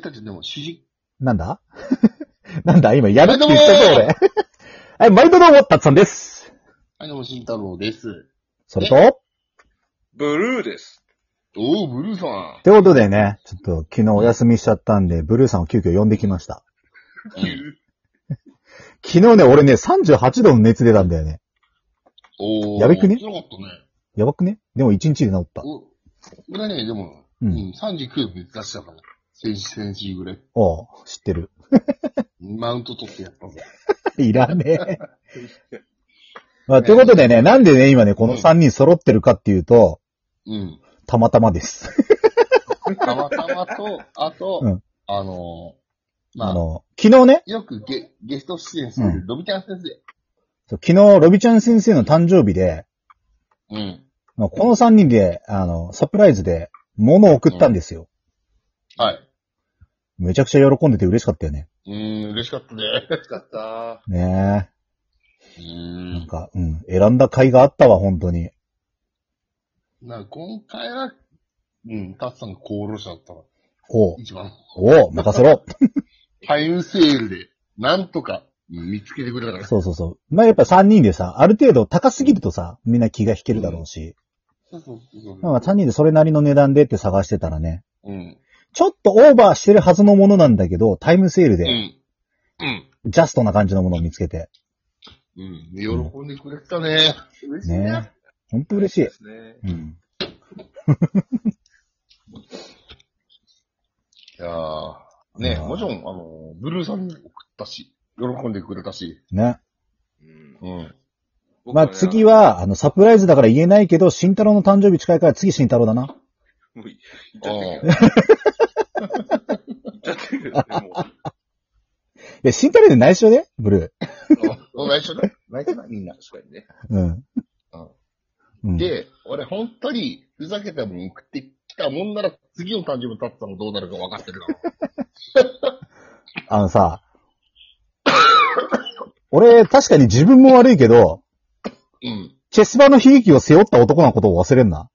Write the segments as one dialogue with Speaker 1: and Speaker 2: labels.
Speaker 1: たちでも主人、
Speaker 2: なんだ なんだ今やるって言ったぞ、
Speaker 1: 毎
Speaker 2: 俺。 はい、毎度どうも、たつさんです。
Speaker 1: はい、どうも、慎太郎です。
Speaker 2: それと、
Speaker 3: ブルーです。
Speaker 1: おー、ブルーさん
Speaker 2: っ。てことでね、ちょっと昨日お休みしちゃったんで、ブルーさんを急遽呼んできました。昨日ね、俺ね、38度の熱出たんだよね。
Speaker 1: おー。
Speaker 2: やべくね
Speaker 1: 強かったね。
Speaker 2: やばくねでも1日で治った。
Speaker 1: お俺ね、でも、
Speaker 2: うん
Speaker 1: うん、39度で出したから。先週、先週ぐらい。
Speaker 2: おう知ってる。
Speaker 1: マウント取ってやったぜ。
Speaker 2: いらねえ。 まあ、ということでね、なんでね、今ね、この3人揃ってるかっていうと、
Speaker 1: うん。
Speaker 2: たまたまです。
Speaker 1: たまたま と、あと、
Speaker 2: うん
Speaker 1: あのー、ま
Speaker 2: あ
Speaker 1: あ、
Speaker 2: の、昨日ね、
Speaker 1: よくゲゲスト出演する、ロビタン先
Speaker 2: そう昨日、ロビちゃん先生の誕生日で、
Speaker 1: 生。うん。
Speaker 2: まあ、この3人で、あの、サプライズで、物を送ったんですよ。
Speaker 1: はい。
Speaker 2: めちゃくちゃ喜んでて嬉しかったよね。
Speaker 1: うーん、嬉しかったね。
Speaker 3: 嬉しかった。
Speaker 2: ね
Speaker 1: う
Speaker 2: え。なん
Speaker 1: ん。
Speaker 2: か、うん。選んだ甲斐があったわ、本当に。
Speaker 1: なんか今回は、うん、タツさんが功労者だったら、
Speaker 2: おう、
Speaker 1: 一番。
Speaker 2: おう、任せろ。
Speaker 1: タイムセールで、なんとか、うん見つけてくれたから。
Speaker 2: そうそうそう。まあ、やっぱ3人でさ、ある程度高すぎるとさ、みんな気が引けるだろうし。
Speaker 1: そうそうそう
Speaker 2: まあ、3人でそれなりの値段でって探してたらね、
Speaker 1: うん。
Speaker 2: ちょっとオーバーしてるはずのものなんだけど、タイムセール
Speaker 1: う
Speaker 2: で、
Speaker 1: ん。うん。
Speaker 2: ジャストな感じのものを見つけて。
Speaker 1: うん。喜んでくれてたね。嬉しいね
Speaker 2: ね。ほんと嬉しい
Speaker 3: で。すね。
Speaker 2: うん。
Speaker 1: いやーね、もちろん、あの、ブルーさんにも送ったし、喜んでくれたし。
Speaker 2: ね。
Speaker 3: うん
Speaker 1: うん。
Speaker 2: まあ、次。は、あの、サプライズだから言えないけど、慎太郎の誕生日近いから次慎太郎だな。
Speaker 3: 僕はねもういいっちゃってる
Speaker 1: あ
Speaker 3: けど。いっちゃってるけどねもう
Speaker 2: いや、慎太郎で内緒でブル
Speaker 1: あ。内緒だ。内緒だ、みんな。
Speaker 3: 確かにね。
Speaker 2: ー。うん。うん。
Speaker 1: で、俺本当に、ふざけたもん送ってきたもんなら、次の誕生日立ったのどうなるか分かってるから。
Speaker 2: あのさ、俺、確かに自分も悪いけど、
Speaker 1: うん。
Speaker 2: チェスバの悲劇を背負った男のことを忘れんな。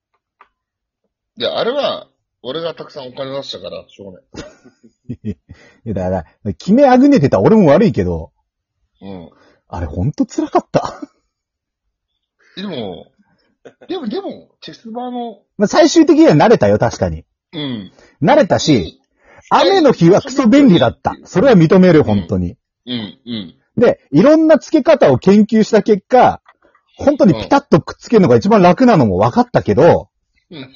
Speaker 1: で、あれは、俺がたくさんお金出したから、しょうが
Speaker 2: いや、だから、決めあぐねてた俺も悪いけど、
Speaker 1: ない。うん。
Speaker 2: あれほんと辛かった。
Speaker 1: でも、でも、でも、チェスバーの、
Speaker 2: まあ最終的には慣れたよ、確かに。
Speaker 1: うん。
Speaker 2: 慣れたし、雨の日はクソ便利だった。それは認める、本当に。
Speaker 1: うん、うん。
Speaker 2: で、いろんな付け方を研究した結果、本当にピタッとくっつけるのが一番楽なのも分かったけど
Speaker 1: うん、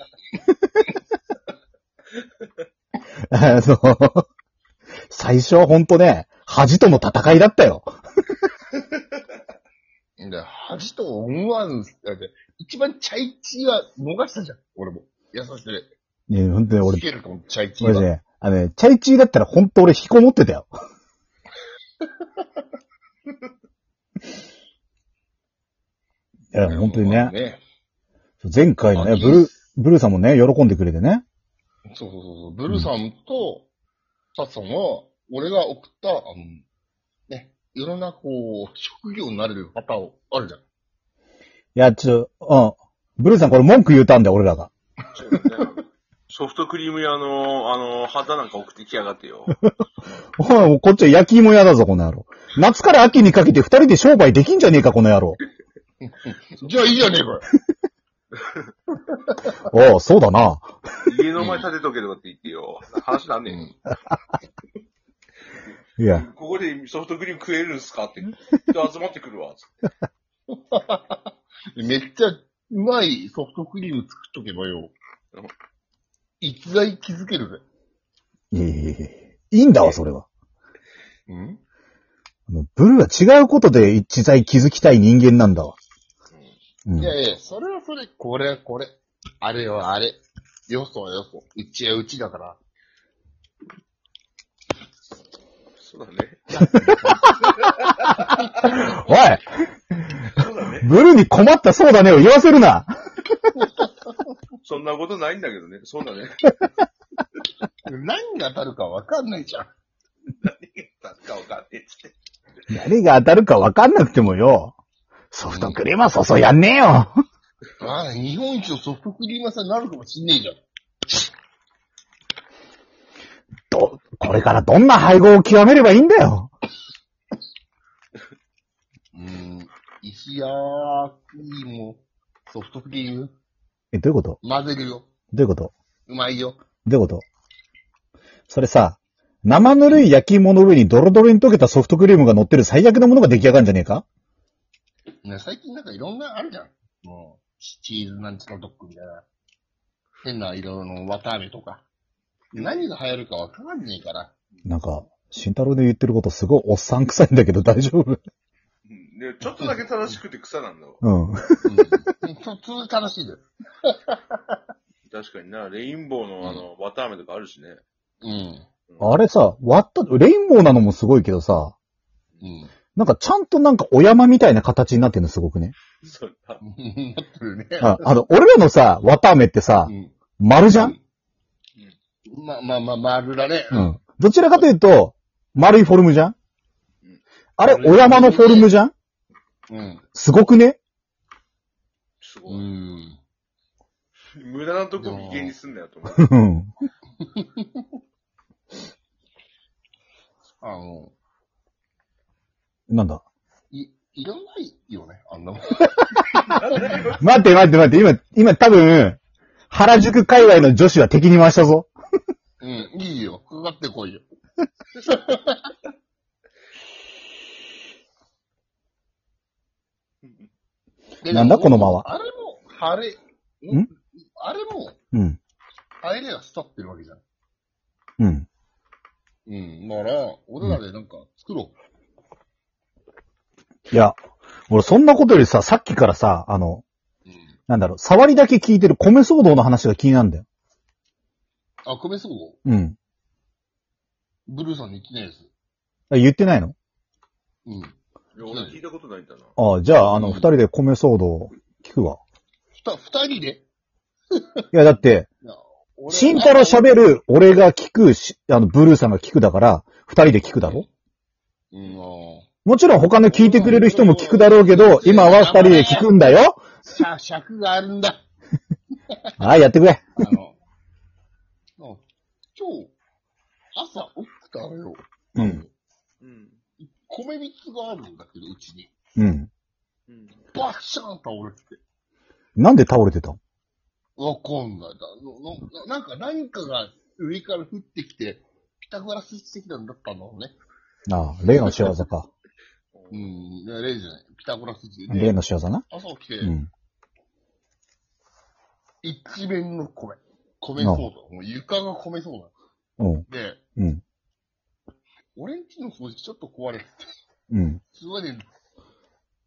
Speaker 2: あの、最初は本当ね、恥との戦いだったよ。
Speaker 1: で、恥と思わず、だって、一番チャイチーは逃したじゃん、俺も。優しくて。
Speaker 2: ね、本当に俺
Speaker 1: つ、けるかも、チャイチー
Speaker 2: マジ
Speaker 1: は。
Speaker 2: で、あのね、チャイチーだったら本当俺引きこもってたよ。いや、本当にね。
Speaker 1: ね。
Speaker 2: 前回のね、ブルー、ブルーさんもね、喜んでくれてね。
Speaker 1: そうそうそうそう。ブルーさんと、タツさんは、俺が送った、あの、ね、いろんな、こう、職業になれるパターンあるじゃん。
Speaker 2: いや、ちょ、うん。ブルーさんこれ文句言うたんだよ、俺らが。
Speaker 3: そうだねソフトクリーム屋の、あの、旗なんか送ってきやがってよ。
Speaker 2: おい、もうこっちは焼き芋屋だぞ、この野郎。夏から秋にかけて二人で商売できんじゃねえか、この野郎。
Speaker 1: じゃあいいじゃねえかよ。
Speaker 2: おう、そうだな。
Speaker 3: 家の前建てとけとかって言ってよ。話なんねん。
Speaker 2: いや、
Speaker 3: ここでソフトクリーム食えるんすかって。人集まってくるわ。つって
Speaker 1: うん。めっちゃ、うまいソフトクリーム作っとけばよ。逸材気づけるぜ。
Speaker 2: いやいやいやいいんだわ、それは。
Speaker 1: うん
Speaker 2: あのブルーは違うことで一材気づきたい人間なんだわ。うん
Speaker 1: いやいや、それはそれ、これはこれ。あれはあれ。よそはよそ。うちはうちだから。
Speaker 3: そうだね。
Speaker 2: おいブルーに困ったそうだねを言わせるな
Speaker 3: そんなことないんだけどね。そうだね。
Speaker 1: 何が当たるかわかんないじゃん。
Speaker 3: なんかわかんねえっつって。
Speaker 2: 何が当たるか分かんなくてもよ。ソフトクリームはそうそうやんねえよ。
Speaker 1: ああ、日本一のソフトクリーム屋さんになるかもしんねえじゃん。
Speaker 2: これからどんな配合を極めればいいんだよ。
Speaker 1: うん。石焼き芋、ソフトクリーム、
Speaker 2: え、どういうこと
Speaker 1: 混ぜるよ。
Speaker 2: どういうこと
Speaker 1: うまいよ。
Speaker 2: どういうことそれさ、生ぬるい焼き芋の上にドロドロに溶けたソフトクリームが乗ってる最悪なものが出来上がるんじゃねえか
Speaker 1: ね、最近なんかいろんなあるじゃん。もう、チチーズなんちゃらドッグみたいな。変な色の綿飴とか。何が流行るかわからんねえから。
Speaker 2: なんか、慎太郎で言ってることすごいおっさん臭いんだけど大丈夫
Speaker 3: うんで、ちょっとだけ正しくて草なんだわ。
Speaker 2: うん。
Speaker 1: うん。 普通楽しいです。
Speaker 3: 確かにな、レインボーのあの、綿飴とかあるしね。
Speaker 1: うん。
Speaker 2: あれさ、割った、レインボーなのもすごいけどさ、
Speaker 1: うん。
Speaker 2: なんかちゃんとなんかお山みたいな形になってるのすごくね。
Speaker 3: そうあ
Speaker 1: なってるね。
Speaker 2: ああの、俺らのさ、綿飴ってさ
Speaker 1: う、ん。
Speaker 2: 丸じゃん
Speaker 1: まあまあまあ、丸だね。
Speaker 2: うん。どちらかというと、丸いフォルムじゃん
Speaker 3: うん
Speaker 2: あれ、お山のフォルムじゃん
Speaker 1: うん。
Speaker 2: すごくね
Speaker 3: す
Speaker 1: う
Speaker 3: ごい。
Speaker 1: ん。
Speaker 3: 無駄なとこ右にすんなよと思う。
Speaker 2: うん。
Speaker 1: あの、
Speaker 2: なんだ
Speaker 1: い、いらないよね、あんなもん。
Speaker 2: 待って待って待って、今、今多分、原宿界隈の女子は敵に回したぞ。
Speaker 1: うん、いいよ。かかってこ いよ。で
Speaker 2: なんだこの間は。
Speaker 1: あれも、晴れ、
Speaker 2: ん
Speaker 1: あれも、
Speaker 2: うん。
Speaker 1: 晴れが伝ってるわけじゃん。
Speaker 2: うん。
Speaker 1: うん。だから、俺らでなんか作ろ
Speaker 2: いや、俺そんなことよりさ、さっきからさ、あの、
Speaker 1: う。うん。
Speaker 2: なんだろう、触りだけ聞いてる米騒動の話が気になるんだよ。
Speaker 1: あ、米総合
Speaker 2: うん。
Speaker 1: ブルーさんに言ってないやつ。
Speaker 2: あ言ってないの
Speaker 1: うん。
Speaker 3: いや俺聞いたことないんだな。
Speaker 2: ああ、じゃあ、あ
Speaker 1: う
Speaker 2: の、
Speaker 1: ん
Speaker 2: 二人で米騒動聞くわ。
Speaker 1: ふた、二人で
Speaker 2: いや、だって、
Speaker 1: いや俺
Speaker 2: 慎太郎喋る、俺が聞く、しあの、ブルーさんが聞くだから、二人で聞くだろ
Speaker 1: うん、あ
Speaker 2: もちろん他の聞いてくれる人も聞くだろうけど、今は二人で聞くんだよ
Speaker 1: ーしゃ尺があるんだ。
Speaker 2: はい、やってくれ。
Speaker 1: あの、あ今日、朝起きたらよ。
Speaker 2: うん。
Speaker 3: うん。
Speaker 1: 米びつがあるんだけど、うちに。
Speaker 2: うん。
Speaker 3: うん。
Speaker 1: バッシャーン倒れてて。
Speaker 2: なんで倒れてたの
Speaker 1: わかんないだなな。なんか何かが上から降ってきて、ピタゴラス的なんだったんだろうね。
Speaker 2: ああ、例の仕業か。
Speaker 1: うん、いや例じゃない。ピタゴラス的
Speaker 2: 例
Speaker 1: で。
Speaker 2: の仕業な。
Speaker 1: 朝起きて、
Speaker 2: うん。
Speaker 1: 一面の米。米そうだ。もう床が米そうだ。
Speaker 2: うん。
Speaker 1: で、
Speaker 2: うん。
Speaker 1: 俺んちの掃除ちょっと壊れてて、
Speaker 2: うん。
Speaker 1: すごい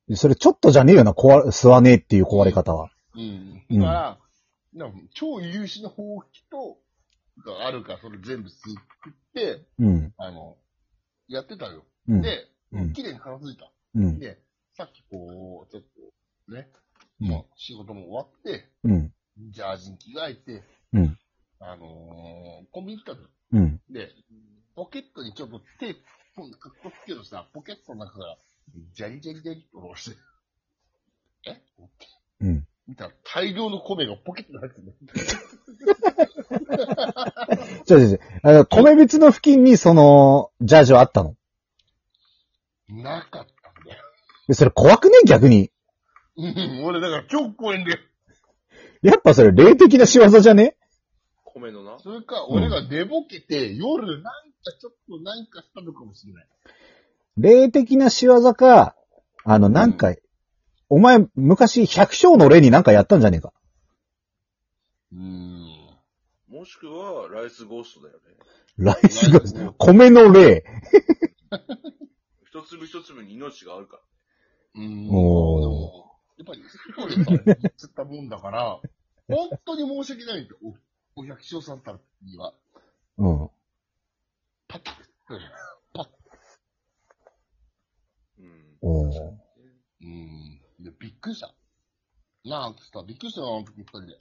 Speaker 1: ね、
Speaker 2: それちょっとじゃねえよな、壊れ、吸わねえっていう壊れ方は。
Speaker 1: うん。
Speaker 2: うん
Speaker 1: だから、なんか超優秀なほうきと、があるから、それ全部吸って、
Speaker 2: うん。
Speaker 1: あの、やってたよ。
Speaker 2: うん。
Speaker 1: で、
Speaker 2: うん。
Speaker 1: 綺麗に片付いた。
Speaker 2: うん。
Speaker 1: で、さっきこう、ちょっと、ね、
Speaker 2: うん
Speaker 1: まあ、仕事も終わって、
Speaker 2: うん。
Speaker 1: ジャージに着替えて、
Speaker 2: うん
Speaker 1: あのー、コンビニ行ったの。
Speaker 2: うん。
Speaker 1: で、ポケットにちょっと手、こんな格好つけるとさ、ポケットの中から、ジャリジャリジャリって下ろして、え
Speaker 2: うん。
Speaker 1: 見たら大量の米がポケットに入ってる。
Speaker 2: じゃじゃじゃ、あの、米びつの付近にその、ジャージはあったの
Speaker 1: なかったんだよ。
Speaker 2: えそれ怖くね逆に。
Speaker 1: うん、俺だから今日公園で。
Speaker 2: やっぱそれ霊的な仕業じゃね
Speaker 3: 米のな。
Speaker 1: それか、俺が寝ぼけて、夜なんかちょっとなんかしたのかもしれない。
Speaker 2: 霊的な仕業か、あの、なんか、お前、昔、百姓の霊になんかやったんじゃねえか。
Speaker 1: うーん。
Speaker 3: もしくは、ライスゴーストだよね。
Speaker 2: ライスが、米の霊。
Speaker 3: 一粒一粒に命があるから。
Speaker 1: うーん。
Speaker 2: お
Speaker 1: やっぱり、外でさ、言っちゃったもんだから、本当に申し訳ないんだよ。お、お百姓さんたちには。
Speaker 2: うん。
Speaker 1: パッ
Speaker 3: うん。
Speaker 2: おー
Speaker 1: うーん。で、びっくりした。なあ、つったらびっくりしたよ、あの時二人で。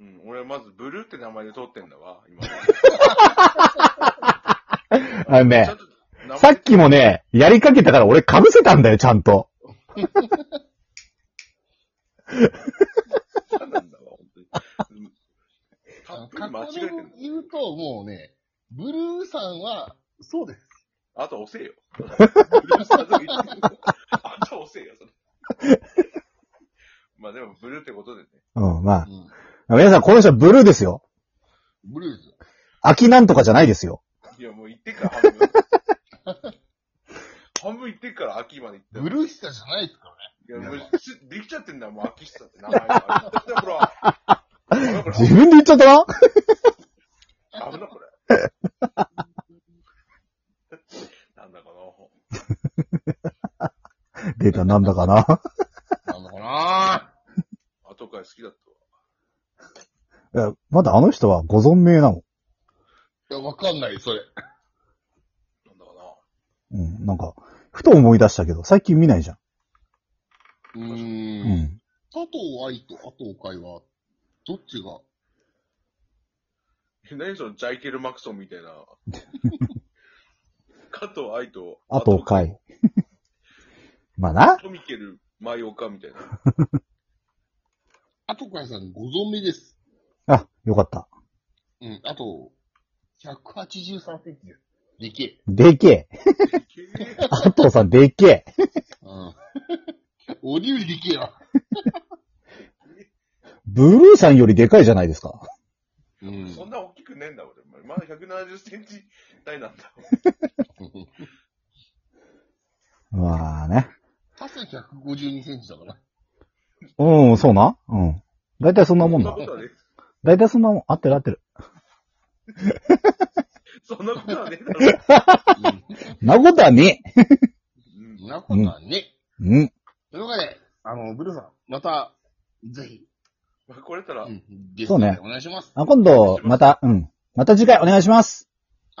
Speaker 3: うん、俺まずブルーって名前で撮ってんだわ、今。
Speaker 2: あの
Speaker 3: ちゃ
Speaker 2: ね
Speaker 3: ん、と名前
Speaker 2: さっきもね、やりかけたから俺被せたんだよ、ちゃんと。
Speaker 3: なんだわ、本当に。うんたっぷり
Speaker 1: 格
Speaker 3: 間違
Speaker 1: 好
Speaker 3: えてんだ
Speaker 1: で言うと、もうね、ブルーさんは、そうです。
Speaker 3: あとは押せよ。ブルーさんの一部あとは押せよ、それ。 まあでも、ブルーってことでね。
Speaker 2: うん、ま
Speaker 1: うん。
Speaker 2: あ。皆さん、この人はブルーですよ。
Speaker 1: ブルーです。
Speaker 2: 秋なんとかじゃないですよ。
Speaker 3: いや、もう言ってっから、半 分。半分言ってっから、秋まで言っ
Speaker 1: ブルーしかじゃないですからね。
Speaker 3: たよ。いや、もう、すできちゃってんだよ、もう秋下って名前が。危な、これ。危な、これ。
Speaker 2: 自分で言っちゃったな
Speaker 3: 危な、これ。なんだかな。
Speaker 2: データなんだかな
Speaker 1: なんだかな
Speaker 3: 後から好きだったわ。
Speaker 2: いやまだあの人はご存命なの。
Speaker 1: いや、わかんない、それ。
Speaker 3: なんだかな。
Speaker 2: うん、なんか、ふと思い出したけど、最近見ないじゃん。
Speaker 1: うー。
Speaker 2: うんん。
Speaker 1: 佐藤愛と佐藤海は、どっちが、
Speaker 3: え何そのジャイケル・マクソンみたい な。加藤愛と、
Speaker 2: あと、かい。 まあな。
Speaker 3: トミケル・マイオカみたいな。
Speaker 1: 後からさんご存命です。
Speaker 2: あ、よかった。
Speaker 1: うん。あと、183センチです。でけえ。
Speaker 2: でけえ。あとさん、でけえ。
Speaker 1: うん。 おりゅうでけえな。
Speaker 2: ブルーさんよりでかいじゃないですか。
Speaker 1: う
Speaker 3: そん
Speaker 1: ん。
Speaker 3: な大きくねえんだ、俺。まだ170センチ台なんだ。
Speaker 2: まあね。
Speaker 1: 他社152センチだから。
Speaker 2: うん、そうな。うん。だいたいそんなもん
Speaker 3: そん
Speaker 2: だ
Speaker 3: なこ。とはね、
Speaker 2: だいたいそんなもん。合ってる合ってる。
Speaker 3: そんなことはねえだろ。
Speaker 1: う
Speaker 2: なことはねえ。
Speaker 3: うん
Speaker 1: ん。そんなことはね。
Speaker 2: うん。
Speaker 1: というわけで、あの、ブルーさん、また、ぜひ、
Speaker 3: まあ、これたら
Speaker 1: う、ん、ゲストでお願いします。
Speaker 2: あ、今度、また、うん。また次回お願いします。